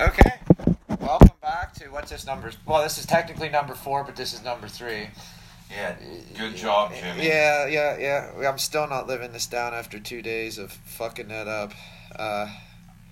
Okay. Welcome back to what's this number? Well, this is technically number four, but this is number three. Yeah, good job, Jimmy. Yeah, yeah, yeah. I'm still not living this down after two days of fucking that up. Uh,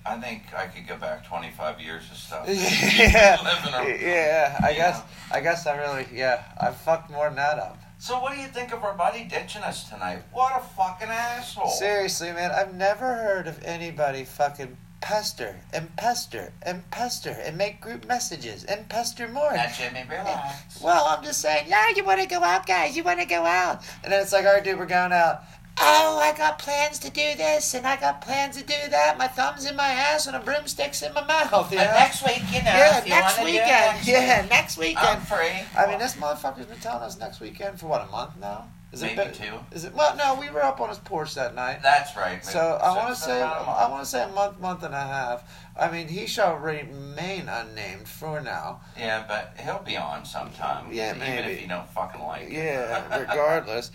I think I could go back 25 years of stuff. yeah, Living a- yeah. I you guess, know. I guess I really, yeah. I fucked more than that up. So what do you think of our buddy ditching us tonight? What a fucking asshole. Seriously, man, I've never heard of anybody fucking pester and pester and pester and make group messages and pester more. Now, Jimmy, relax. Well, I'm just saying, yeah, you want to go out, guys? You want to go out? And then it's like, all right, dude, we're going out. Oh, I got plans to do this, and I got plans to do that. My thumb's in my ass, and a broomstick's in my mouth. You know? But next week, you know, yeah, if you next wanna do it weekend. next yeah, week, Oh. next weekend. I'm free. I mean, this motherfucker's been telling us next weekend for what a month now. Is Maybe been- two. Is it? Well, no, we were up on his porch that night. That's right. but- So I want to it's say about a month. I want to say a month, month and a half. I mean, he shall remain unnamed for now. Yeah, but he'll be on sometime. Yeah, even maybe. if you don't fucking like it. Yeah, regardless.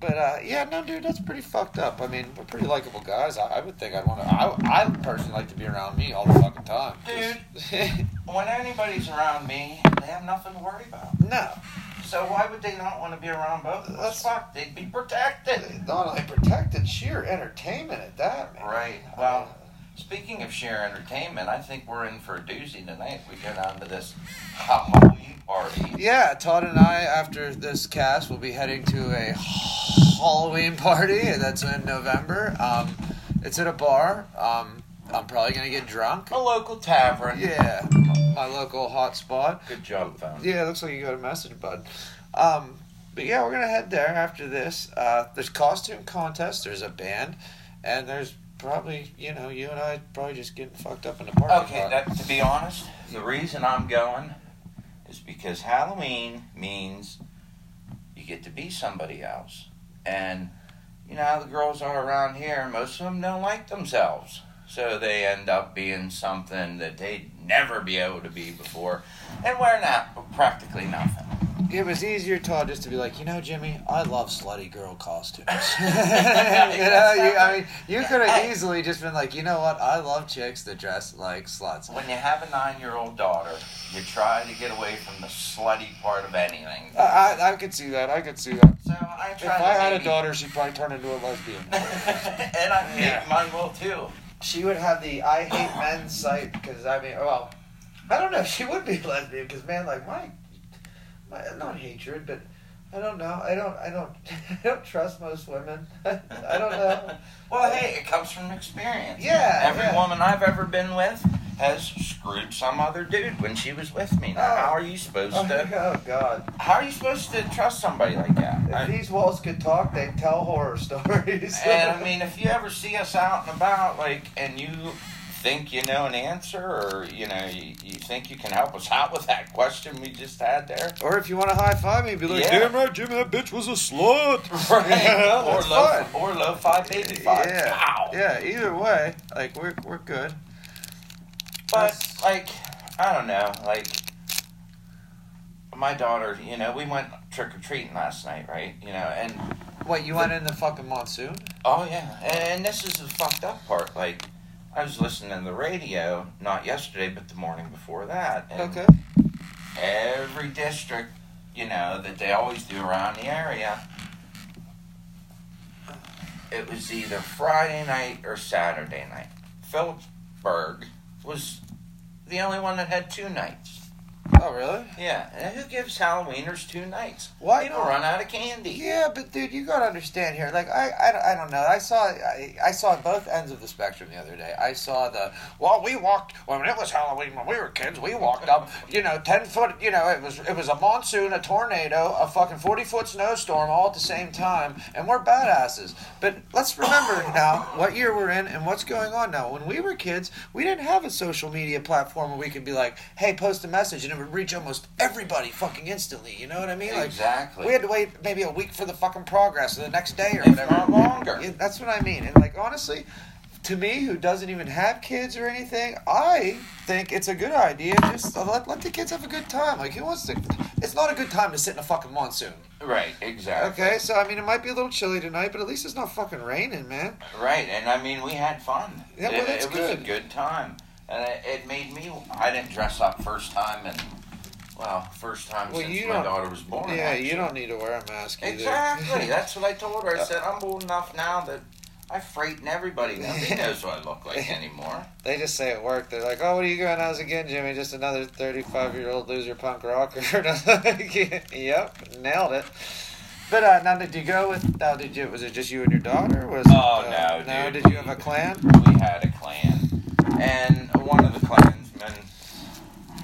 But uh, yeah, no, dude, that's pretty fucked up. I mean, we're pretty likable guys. I, I would think I'd want to. I, I would personally like to be around me all the fucking time. Dude. when anybody's around me, they have nothing to worry about. no, So why would they not want to be around both of That's- us? Fuck, they'd be protected. not only protected, sheer entertainment at that. Man. Uh, Right. Well, speaking of sheer entertainment, I think we're in for a doozy tonight. We go down to this Halloween party. Yeah, Todd and I, after this cast, will be heading to a Halloween party. That's in November. Um, it's at a bar. Um, I'm probably gonna get drunk. A local tavern. Yeah, my- my local hot spot. Good job, phone. Yeah, it looks like you got a message, bud. Um, but yeah, we're gonna head there after this. Uh, there's costume contest. There's a band, and there's probably you know you and I probably just getting fucked up in the parking Okay, lot. that, to be honest, the reason I'm going is because Halloween means you get to be somebody else. And you know how the girls are around here, most of them don't like themselves. So they end up being something that they'd never be able to be before and we're not practically nothing. It was easier, Todd, just to be like, you know, Jimmy, I love slutty girl costumes. you know, you, I mean, you could have easily just been like, you know what, I love chicks that dress like sluts. When you have a nine year old daughter, you try to get away from the slutty part of anything. I, I, I could see that. I could see that. So Uh, I If try I to had a maybe- daughter, she'd probably turn into a lesbian. and I think Yeah. mine will too. she would have the I hate men site because I mean, well, I don't know. She would be a lesbian because man, like my, my not hatred, but I don't know. I don't. I don't. I don't trust most women. I don't know. Well, hey, it comes from experience. Yeah, Every yeah. woman I've ever been with has screwed some other dude when she was with me. Now, Oh. how are you supposed Oh, to? oh God! How are you supposed to trust somebody like that? If I- these walls could talk, they'd tell horror stories. and I mean, if you ever see us out and about, like, and you think you know an answer, or you know, you, you think you can help us out with that question we just had there, or if you want to high five me, be like, Yeah. "Damn right, Jimmy, that bitch was a slut." right? Yeah, or that's low, fun. or low five baby five. Yeah, Wow. yeah. Either way, like we're we're good. But That's- like, I don't know. Like, my daughter, you know, we went trick or treating last night, right? You know, and What you went in the fucking monsoon? oh yeah, and, and this is the fucked up part. Like, I was listening to the radio, not yesterday, but the morning before that. And Okay. Every district, you know, that they always do around the area. It was either Friday night or Saturday night. Phillipsburg was the only one that had two nights. Oh really? Yeah, and who gives Halloweeners two nights? Why People run out of candy. Yeah, but dude, you gotta understand here. Like, I, I, I don't know. I saw, I, I saw both ends of the spectrum the other day. I saw the well, we walked when it was Halloween when we were kids. We walked up, you know, ten foot. You know, it was it was a monsoon, a tornado, a fucking forty foot snowstorm all at the same time, and we're badasses. But let's remember now what year we're in and what's going on now. When we were kids, we didn't have a social media platform where we could be like, hey, post a message, and it would reach almost everybody fucking instantly. You know what I mean? Like, Exactly. we had to wait maybe a week for the fucking progress or the next day or If whatever. not longer. Yeah, that's what I mean. And like honestly, to me who doesn't even have kids or anything, I think it's a good idea. Just to let, let the kids have a good time. Like who wants to it's not a good time to sit in a fucking monsoon. Right, exactly. Okay, so I mean it might be a little chilly tonight, but at least it's not fucking raining, man. Right, and I mean, we had fun. Yeah, well, It- that's it was a good. good time. and it, it made me. I didn't dress up first time, and well, first time Well, since you my don't- daughter was born. yeah, actually. you Uh, don't need to wear a mask either. Exactly. That's what I told her. I said I'm old enough now that I frighten everybody. Nobody knows what I look like anymore. They just say at work, they're like, "Oh, what are you going as again, Jimmy? Just another thirty-five-year-old loser punk rocker." yep, nailed it. But uh, now, did you go with? Now, did you? Was it just you and your daughter? Was Oh, uh, no, no? dude. Did you have a clan? We had a clan, and one of the clansmen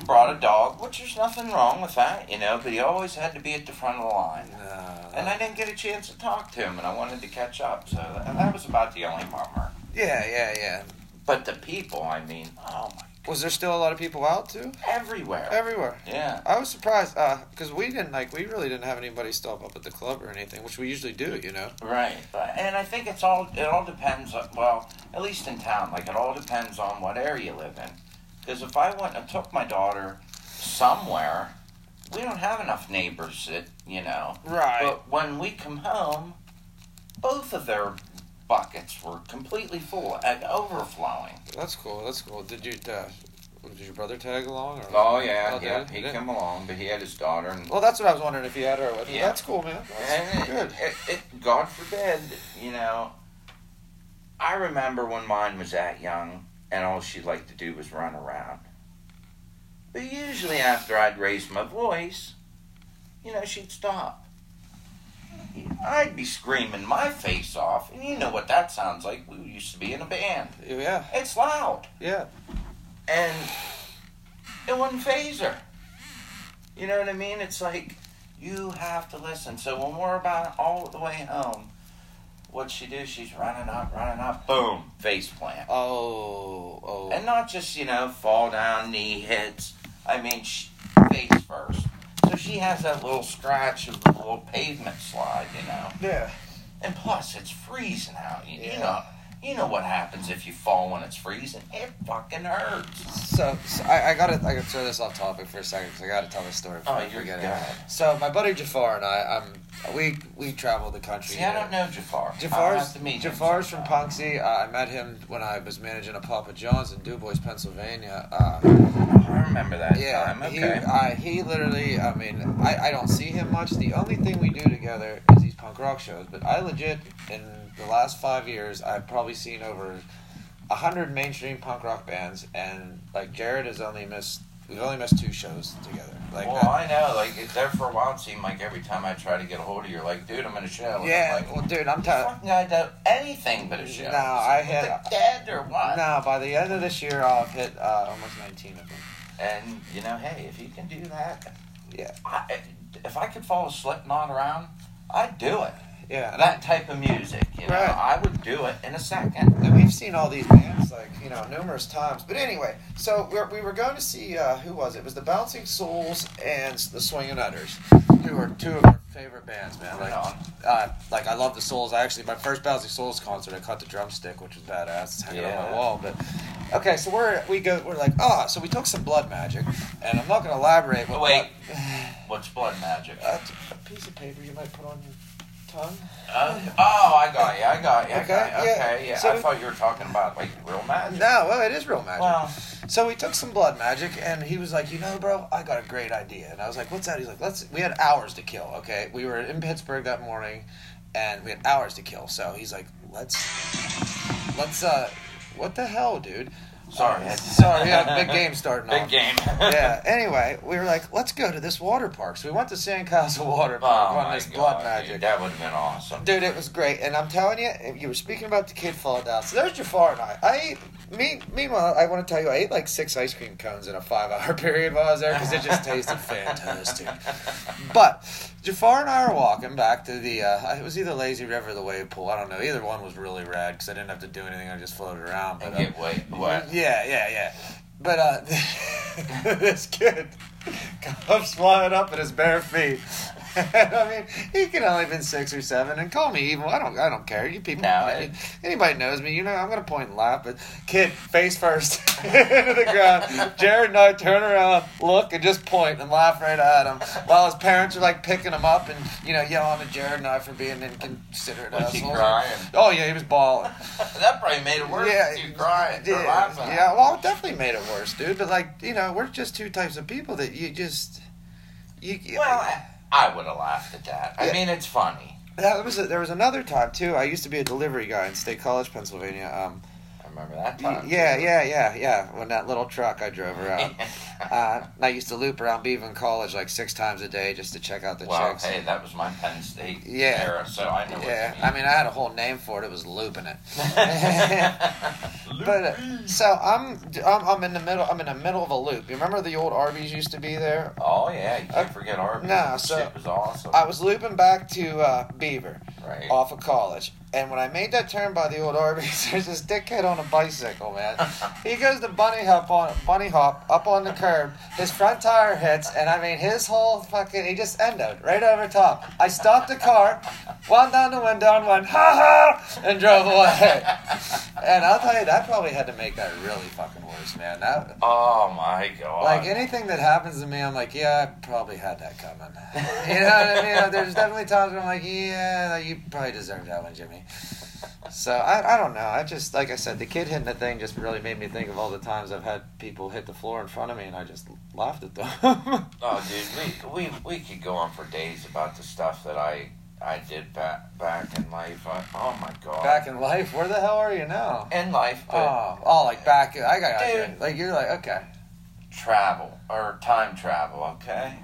brought a dog, which there's nothing wrong with that, you know. But he always had to be at the front of the line. No. And I didn't get a chance to talk to him, and I wanted to catch up, so that, that was about the only bummer. yeah, yeah, yeah. But the people, I mean, oh my, Was there still a lot of people out too? everywhere. Everywhere. yeah, I was surprised because we didn't like we really didn't have anybody stop up at the club or anything, which we usually do, you know. right. And I think it's all it all depends. On, well, at least in town, like it all depends on what area you live in. Because if I went and took my daughter somewhere, we don't have enough neighbors that you know. Right. But when we come home, both of their buckets were completely full and overflowing. that's cool. That's cool. Did you? Uh, did your brother tag along? Or? Oh yeah, Oh, yeah. dude. He came along, but he had his daughter, and, Well, that's what I was wondering if you had her with. you. Yeah. That's cool, man. That's and good. it, it, it- God forbid, you know. I remember when mine was that young, and all she liked to do was run around. But usually, after I'd raised my voice, you know, she'd stop. I'd be screaming my face off, and you know what that sounds like. We used to be in a band. Yeah, It's loud. yeah. and it wouldn't phase her. You know what I mean? It's like you have to listen. So when we're about all the way home, what she do? She's running up, running up, boom, face plant, Oh, oh. and not just you know fall down, knee hits. I mean, sh face first. So she has that little scratch of the little pavement slide, you know. yeah. And plus, it's freezing out. You, Yeah. you know, you know what happens if you fall when it's freezing? It fucking hurts. So, so I, I gotta I gotta throw this off topic for a second because I gotta tell this story. Before Oh, I you're forget good. it. So my buddy Jafar and I, um, we we traveled the country. See, I you know. don't know Jafar. I'll have Jafar's to meet him Jafar's from sometime. Punxsy. Uh, I met him when I was managing a Papa John's in Dubois, Pennsylvania. Uh, I remember that Yeah, time. Okay. he, uh, he literally. I mean, I, I don't see him much. The only thing we do together is these punk rock shows. But I legit, in the last five years, I've probably seen over a hundred mainstream punk rock bands, and like Jared has only missed. We've only missed two shows together. Like, uh, well, I know. Like it- there for a while, it seemed like every time I try to get a hold of you, you're like, dude, I'm in a show. And yeah. I'm like, Well, dude, I'm you telling. fucking I do anything but a show. No, I Is it had- the dead or what? No, by the end of this year, I'll have hit uh, almost nineteen of them. And you know, hey, if you can do that, Yeah. I, if I could follow Slipknot around, I'd do it. Yeah, and I, That type of music, you know, Right. I would do it in a second. And we've seen all these bands like you know numerous times. But anyway, so we're, we were going to see uh, who was it? It was the Bouncing Souls and the Swingin' Utters, who are two of our favorite bands, man. Like, Right on. uh, like I love the Souls. I actually my first Bouncing Souls concert, I caught the drumstick, which was badass. It's hanging on Yeah. my wall. But okay, so we're we go we're like ah, so we took some blood magic, and I'm not going to elaborate. But Oh, wait. What's blood magic? uh, a piece of paper you might put on your tongue. Uh, oh, I got you. I got you. I Okay, got you. yeah. Okay, yeah. So I we- thought you were talking about like real magic. No, well, it is real magic. Well, So we took some blood magic, and he was like, "You know, bro, I got a great idea." And I was like, "What's that?" He's like, "Let's." We had hours to kill. Okay, we were in Pittsburgh that morning, and we had hours to kill. So he's like, "Let's, let's." uh What the hell, dude? sorry. Uh, sorry. Yeah, big game starting Big off. game. yeah. Anyway, we were like, "Let's go to this water park." So we went to Sandcastle Water Park Oh on my this God, blood dude, magic. that would have been awesome. Dude, it was great, and I'm telling you, you were speaking about the kid falling down. So there's Jafar and I. I ate, me, meanwhile, I want to tell you, I ate like six ice cream cones in a five-hour period while I was there because it just tasted fantastic. But Jafar and I are walking back to the. Uh, it was either Lazy River or the wave pool. I don't know. Either one was really rad because I didn't have to do anything. I just floated around. But, And uh, get wait, what? yeah, yeah, yeah. But uh, this kid comes flying up at his bare feet. I mean, he could only been six or seven, and call me evil. I don't, I don't care. You people, No, I mean, it- anybody knows me, you know I'm gonna point and laugh. But kid, face first into the ground. Jared and I turn around, look, and just point and laugh right at him, while his parents are like picking him up and you know yelling at Jared and I for being inconsiderate Was he assholes. crying? Oh yeah, he was bawling. that probably made it worse. Yeah, Yeah, you crying. or Yeah, laughing. yeah, well, it definitely made it worse, dude. But like, you know, we're just two types of people that you just, you. you- Well, I- I would have laughed at that. I Yeah. mean, it's funny. that was there was another time too. I used to be a delivery guy in State College, Pennsylvania. Um, I remember that y- time. yeah, yeah, yeah, yeah. When that little truck I drove around, uh, and I used to loop around Beavan College like six times a day just to check out the well, chicks. hey, that was my Penn State Yeah. era, so I know Yeah, I what mean, I had a whole name for it. It was looping it. you mean. But uh, so I'm, I'm, I'm in the middle. I'm in the middle of a loop. You remember the old Arby's used to be there oh yeah, you can't Uh, forget Arby's. no, That so- shit was awesome. I uh, was looping back to uh, Beaver right. off of college, and when I made that turn by the old Arby's, there's this dickhead on a bicycle, man. He goes to bunny hop on bunny hop up on the curb. His front tire hits, and I mean his whole fucking he just ended right over top. I stopped the car, wound down the window, and went ha ha, and drove away. And I'll tell you, that probably had to make that really fucking worse, man. That. oh my god. Like anything that happens to me, I'm like, yeah, I probably had that coming. You know what I mean? There's definitely times when I'm like, yeah, you probably deserved that one, Jimmy. So I, I don't know. I just like I said, the kid hitting the thing just really made me think of all the times I've had people hit the floor in front of me, and I just laughed at them. oh dude, we, we we could go on for days about the stuff that I I did back back in life. I, oh my god. back in life, where the hell are you now? in life, but Oh, oh, like back. I got Dude. like you're like okay. travel or time travel, okay?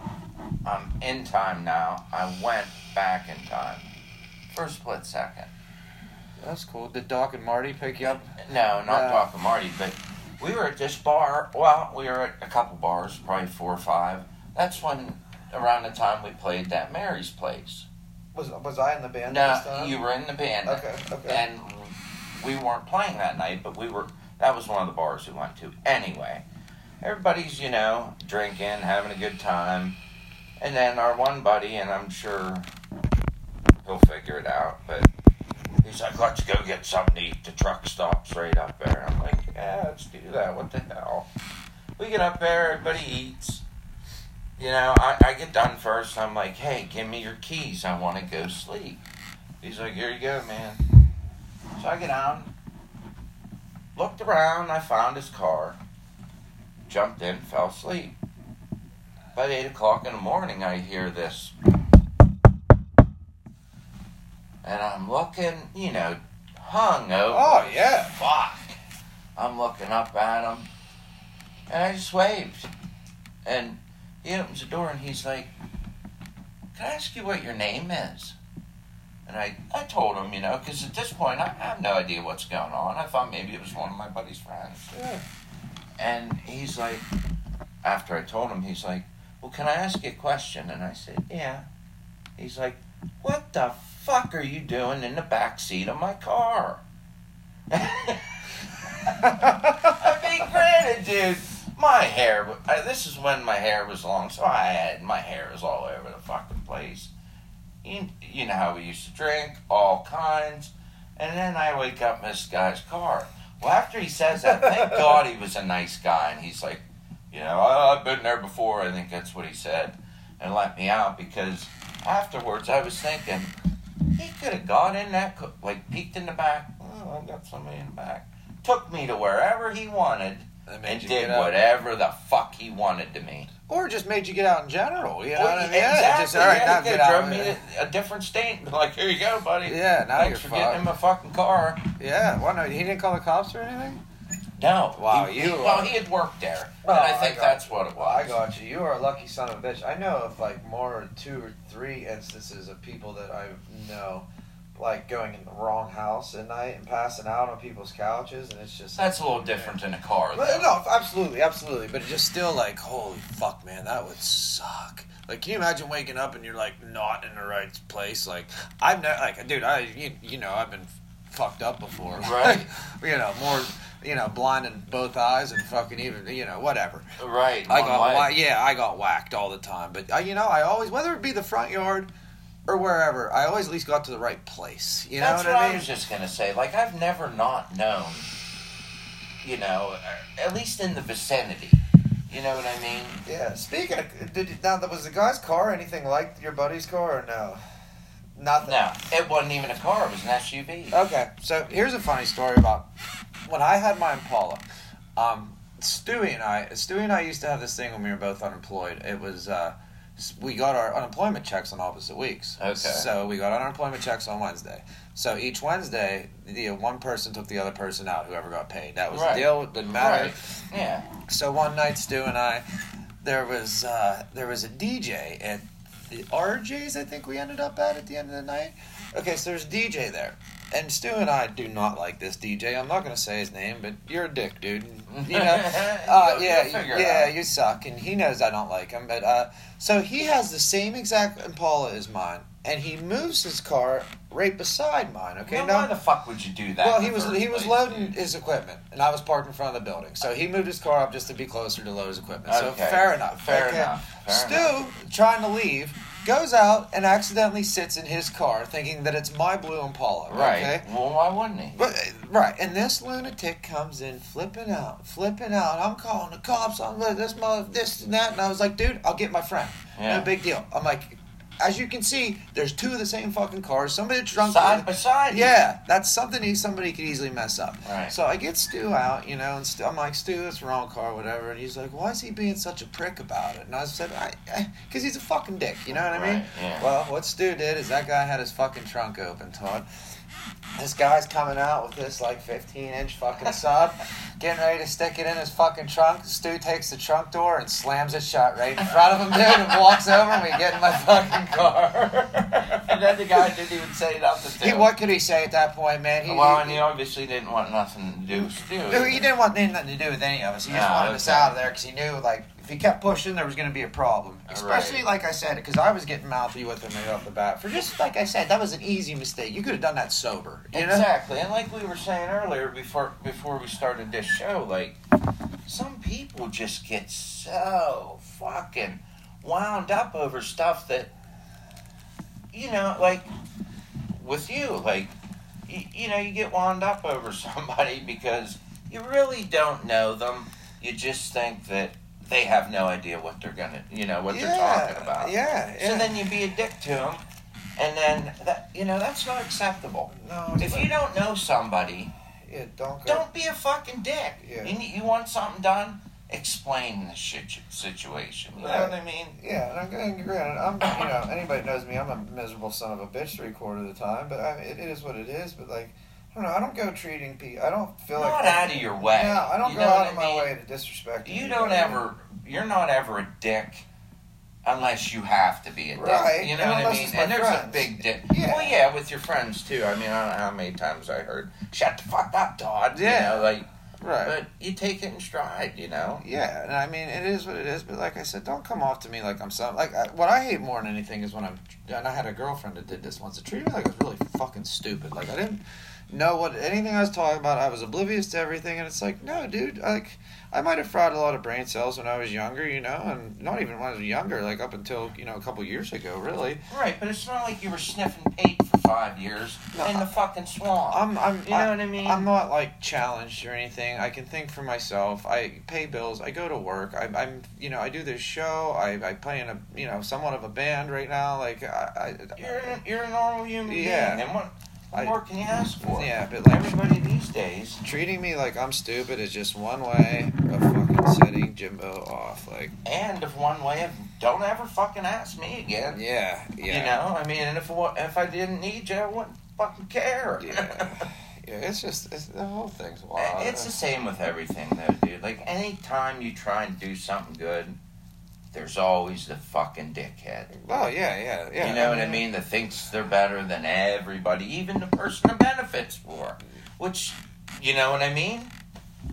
I'm in time now. I went back in time for a split second. That's cool. Did Doc and Marty pick you up? No, not Uh, Doc and Marty, but we were at this bar. Well, we were at a couple bars, probably four or five. That's when, around the time we played that Mary's Place. Was was I in the band? this No, time? you were in the band. Okay, okay. And we weren't playing that night, but we were. That was one of the bars we went to. Anyway, everybody's you know drinking, having a good time, and then our one buddy, and I'm sure he'll figure it out, but he's like, "Let's go get something to eat." The truck stops right up there. I'm like, "Yeah, let's do that." What the hell? We get up there, everybody eats. You know, I, I get done first. I'm like, hey, give me your keys. I want to go sleep. He's like, here you go, man. So I get out, looked around, I found his car, jumped in, fell asleep. By 8 o'clock in the morning, I hear this. And I'm looking, you know, hung over. Oh, yeah. Fuck. I'm looking up at him, and I just waved. And he opens the door, and he's like, Can I ask you what your name is? And I, I told him, you know, because at this point I have no idea what's going on. I thought maybe it was one of my buddy's friends. Yeah. And he's like, after I told him, he's like, well, can I ask you a question? And I said, yeah. He's like, what the fuck are you doing in the back seat of my car? I mean, granted, dude, my hair. wa- I, this is when my hair was long, so I had my hair was all over the fucking place. You, you know how we used to drink, all kinds, and then I wake up in this guy's car. Well, after he says that, thank God he was a nice guy, and he's like, you know, "Oh, I've been there before. I think that's what he said, and let me out because afterwards I was thinking he could have got in that, co- like peeked in the back. Oh, I got somebody in the back. Took me to wherever he wanted That made and you did get up. whatever the fuck he wanted to me. Or just made you get out in general. You know what I Well, mean? exactly. e- Yeah, just, all right, yeah, now he could get have out. drove me to a different state and be like, here you go, buddy. Yeah, now Thanks you're for getting fucked. him a fucking car. Yeah, why not? He didn't call the cops or anything? No. Wow, he, you he- are- well, he had worked there. Oh, and I I think got- that's what it was. I got you. You are a lucky son of a bitch. I know of like more two or three instances of people that I know like going in the wrong house at night and passing out on people's couches, and it's just. That's a little different than a car. Well, though. no, absolutely, absolutely. But it's just still like, holy fuck, man, that would suck. Like, can you imagine waking up and you're like not in the right place? Like, I've never, like, dude, I, you, you know, I've been fucked up before, Right. you know, more you know, blinding both eyes and fucking even, you know, whatever. Right. I one got leg. wha- yeah, I got whacked all the time. But I, you know, I always whether it be the front yard or wherever, I always at least got to the right place. You know That's what, what I I mean? was just gonna say. Like I've never not known, you know, uh, at least in the vicinity. You know what I mean? yeah. Speaking of, did you, now was the guy's car anything like your buddy's car or no? Nothing. No, it wasn't even a car. It was an SUV. Okay, so here's a funny story about when I had my Impala. Um, Stewie and I, Stewie and I used to have this thing when we were both unemployed. It was uh, s- we got our unemployment checks on opposite weeks. Okay. So we got unemployment checks on Wednesday. So each Wednesday, the one person took the other person out, whoever got paid. That was Right. the deal. It didn't matter. Right. Yeah. So one night, Stu and I, there was uh, there was a DJ at the RJ's. I think we ended up at at the end of the night. Okay, so there's a DJ there, and Stu and I do not like this DJ. I'm not going to say his name, but you're a dick, dude. You know, uh, You'll- yeah, you'll figure it yeah, out. you suck, and he knows I don't like him. But uh, so he has the same exact Impala as mine, and he moves his car right beside mine. Okay, Well, now why the fuck would you do that? well, in he the was first he was place, loading dude? his equipment, and I was parked in front of the building. So he moved his car up just to be closer to load his equipment. So Okay. fair enough. Fair okay. enough. Fair Stu enough. trying to leave goes out and accidentally sits in his car, thinking that it's my blue Impala. Right. Okay? Well, why wouldn't he? But, right, and this lunatic comes in flipping out, flipping out. I'm calling the cops. I'm li- this mother, this and that, and I was like, dude, I'll get my friend. Yeah. No big deal. I'm like, as you can see, there's two of the same fucking cars. Somebody drunk. Side by side. Yeah, that's something he, somebody could easily mess up. Right. So I get Stu out, you know, and Stu, I'm like, Stu, that's the wrong car, whatever. And he's like, why is he being such a prick about it? And I said, I, because he's a fucking dick, you know what I mean? Right, yeah. Well, what Stu did is that guy had his fucking trunk open, Todd. This guy's coming out with this like 15 inch fucking sub, getting ready to stick it in his fucking trunk. Stu takes the trunk door and slams it shut right in front of him, dude, and walks over, and we get in my fucking car. and then the guy didn't even say nothing to He, him. what could he say at that point, man? He, well, he- and he obviously didn't want nothing to do with Stu. No, he didn't want anything to do with any of us. He just Ah, wanted us okay. out of there because he knew, like, if he kept pushing, there was going to be a problem. Especially, like I said, because I was getting mouthy with him right off the bat. For just, like I said, that was an easy mistake. You could have done that sober. You know? Exactly, and like we were saying earlier before before we started this show, like some people just get so fucking wound up over stuff that you know, like with you, like you, you know, you get wound up over somebody because you really don't know them. You just think that they have no idea what they're gonna, you know, what they're talking about. Yeah. yeah. So then you be a dick to them, and then that you know that's not acceptable. no, If you don't know somebody, yeah, don't go. don't be a fucking dick. Yeah. You, need, you want something done? Explain the shit situation. You know what I mean? Yeah, and I'm and granted, I'm you know anybody knows me, I'm a miserable son of a bitch three quarter of the time. But I, it, it is what it is. But like, I don't know. I don't go treating people. I don't feel Not like out of your way. Yeah, I don't You go know out what of I my mean? way to disrespect. You anybody. don't ever. You're not ever a dick, unless you have to be a dick. Right, You know and what I unless mean? it's my And there's a friends. big dick. Yeah. Well, yeah, with your friends too. I mean, I don't know how many times I heard, "Shut the fuck up, Todd." Yeah. You know, like, Right. but you take it in stride. You know. yeah, and I mean it is what it is. But like I said, don't come off to me like I'm some like I, what I hate more than anything is when I'm. And I had a girlfriend that did this once. It treated me like I was really fucking stupid. Like I didn't know what anything I was talking about. I was oblivious to everything, and it's like, no, dude, like. I might have fried a lot of brain cells when I was younger, you know, and not even when I was younger, like up until, you know, a couple years ago, really. Right, but it's not like you were sniffing paint for five years No, in the fucking swamp. I'm, I'm, You know what I mean? I'm not like challenged or anything. I can think for myself. I pay bills. I go to work. I, I'm, you know, I do this show. I, I play in a, you know, somewhat of a band right now. Like, I, I you're, a- you're a normal human Yeah. being. And what, what I- more can you ask for? yeah, but like Everybody these days. treating me like I'm stupid is just one way of fucking setting Jimbo off. Like, And if one way of don't ever fucking ask me again. yeah, yeah, You know, I mean, and if it wa- if I didn't need you, I wouldn't fucking care. yeah, yeah. It's just it's, the whole thing's wild. it's the same with everything, though, dude. Like anytime you try and do something good, there's always the fucking dickhead. oh yeah, yeah, yeah. you know what I mean? That thinks they're better than everybody, even the person it benefits for. Which, you know what I mean?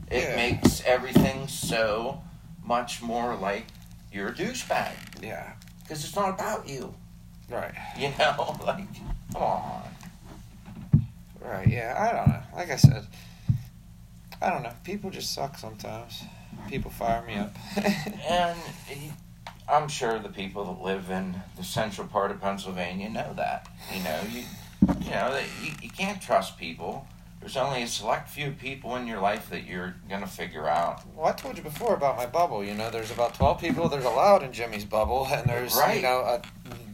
It Yeah. makes everything so much more like you're a douchebag Yeah, because it's not about you. right. You know, like come on. Right, yeah, I don't know. Like I said, I don't know. People just suck sometimes. People fire me up. And he, I'm sure the people that live in the central part of Pennsylvania know that. You know, you, you know that you, you can't trust people. There's only a select few people in your life that you're gonna figure out. well, I told you before about my bubble. You know, there's about 12 people that are allowed in Jimmy's bubble, and there's, Right. you know, uh,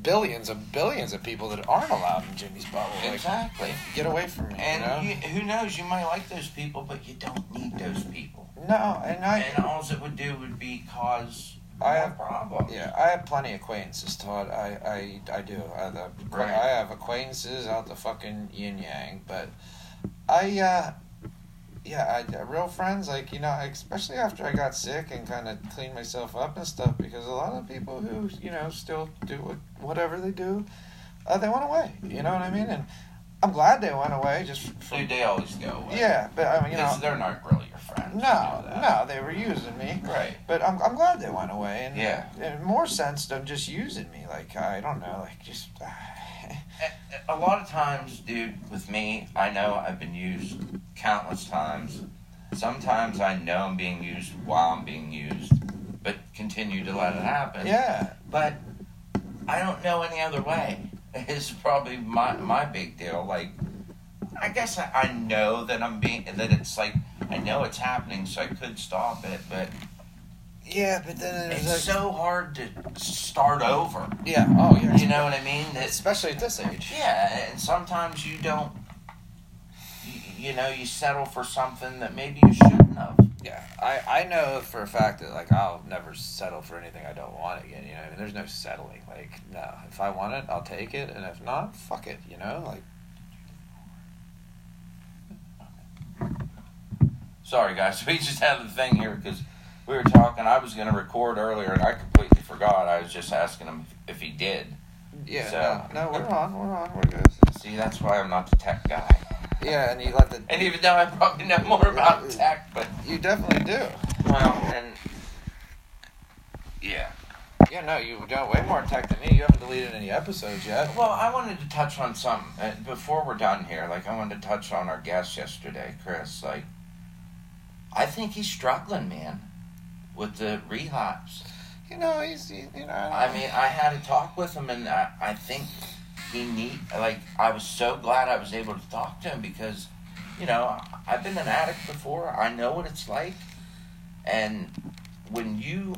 billions and billions of people that aren't allowed in Jimmy's bubble. Like, Exactly. get away from me, And you know? you, who knows? You might like those people, but you don't need those people. no, and I... And all it would do would be cause I more have- problems. Yeah, I have plenty of acquaintances, Todd. I, I, I do. I, the, Right. I have acquaintances out the fucking yin yang, but I, uh, yeah, I, uh, real friends, like, you know, especially after I got sick and kind of cleaned myself up and stuff, because a lot of people who, you know, still do what, whatever they do, uh, they went away. You know what I mean? And I'm glad they went away just Dude, from. they always go away. Yeah, but I mean, you Because know. they're not really your friends. you No, know that. no, they were using me. Right. But I'm, I'm glad they went away. And Yeah. In uh, more sense than just using me. Like, I don't know. Like, just. uh, A lot of times, dude, with me, I know I've been used countless times. Sometimes I know I'm being used while I'm being used, but continue to let it happen. yeah. But I don't know any other way. Is probably my my big deal. Like, I guess I, I know that I'm being that it's like I know it's happening, so I could stop it, but Yeah, but then it's there's like. so hard to start over. yeah. Oh, yeah. You know what I mean? That Especially at this age. Yeah, and sometimes you don't. you- You know, you settle for something that maybe you shouldn't have. Yeah. I, I know for a fact that, like, I'll never settle for anything I don't want again. You know, I mean, there's no settling. Like, no. If I want it, I'll take it. And if not, fuck it. You know? Like, Sorry, guys, we just had the thing here because we were talking. I was going to record earlier, and I completely forgot. I was just asking him if he did. yeah. So- no, no, we're on. We're on. We're good. See, that's why I'm not the tech guy. Yeah, and you let the. And even though I probably know more about tech, but You definitely do. well, and yeah. Yeah, no, you've done way more tech than me. You haven't deleted any episodes yet. Well, I wanted to touch on something uh, before we're done here. Like, I wanted to touch on our guest yesterday, Chris. Like, I think he's struggling, man, with the relapse. You know, he's, he, you know. I mean, I had a talk with him, and I, I think he need like I was so glad I was able to talk to him because, you know, I've been an addict before. I know what it's like, and when you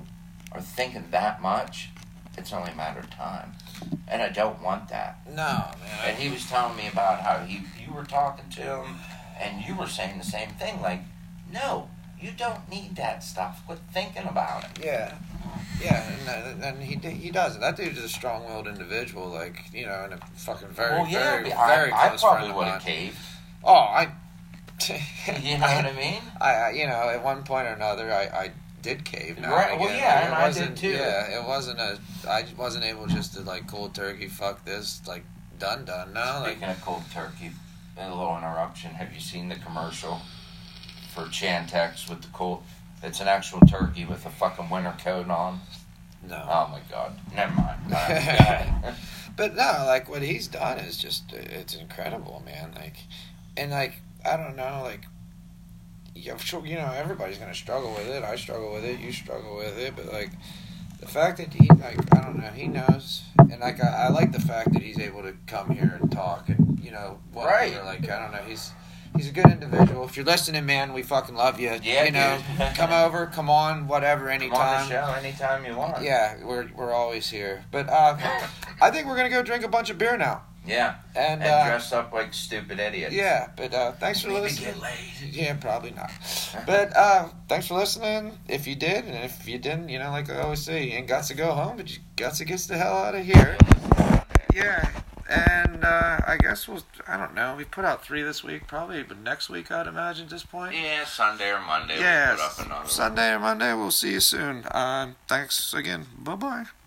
are thinking that much, it's only a matter of time, and I don't want that. no, man. And he was telling me about how he you were talking to him and you were saying the same thing, like, no, you don't need that stuff. Quit thinking about it. yeah, yeah, and, and he d- he does it. That dude is a strong-willed individual, like you know, and a fucking very, well, yeah, very, but I, very I close probably friend would of have mine. caved. Oh, I, You know what I mean? I, I, you know, at one point or another, I, I did cave. Now Right, and well, again. yeah, It and I did wasn't- too. Yeah, it wasn't a. I wasn't able just to like cold turkey. Fuck this, like done, done. No, like Speaking of cold turkey, a little interruption. Have you seen the commercial for Chantex with the cold? It's an actual turkey with a fucking winter coat on. no. Oh my god. Never mind. Uh, But no, like what he's done is just it's incredible, man. Like and like I don't know, like yeah, I'm sure you know everybody's gonna struggle with it. I struggle with it. You struggle with it. But like the fact that he like I don't know he knows, and like I, I like the fact that he's able to come here and talk and you know whatever. Right. Like I don't know he's. He's a good individual. If you're listening, man, we fucking love you. Yeah, you know, dude. come over, come on, whatever, Come anytime. on the show anytime you want. Yeah, we're we're always here. But uh, I think we're gonna go drink a bunch of beer now. Yeah. And, and uh, dress up like stupid idiots. yeah, but uh, thanks for Maybe listening. get laid. Uh-huh. Yeah, probably not. But uh, thanks for listening. If you did, and if you didn't, you know, like I always say, you ain't got to go home, but you got to get the hell out of here. Yeah. And uh, I guess we'll, I don't know, we put out three this week, probably, but next week, I'd imagine, at this point. Yeah, Sunday or Monday. Yeah, We'll put up another one. Sunday or Monday, we'll see you soon. Um, thanks again. Bye bye.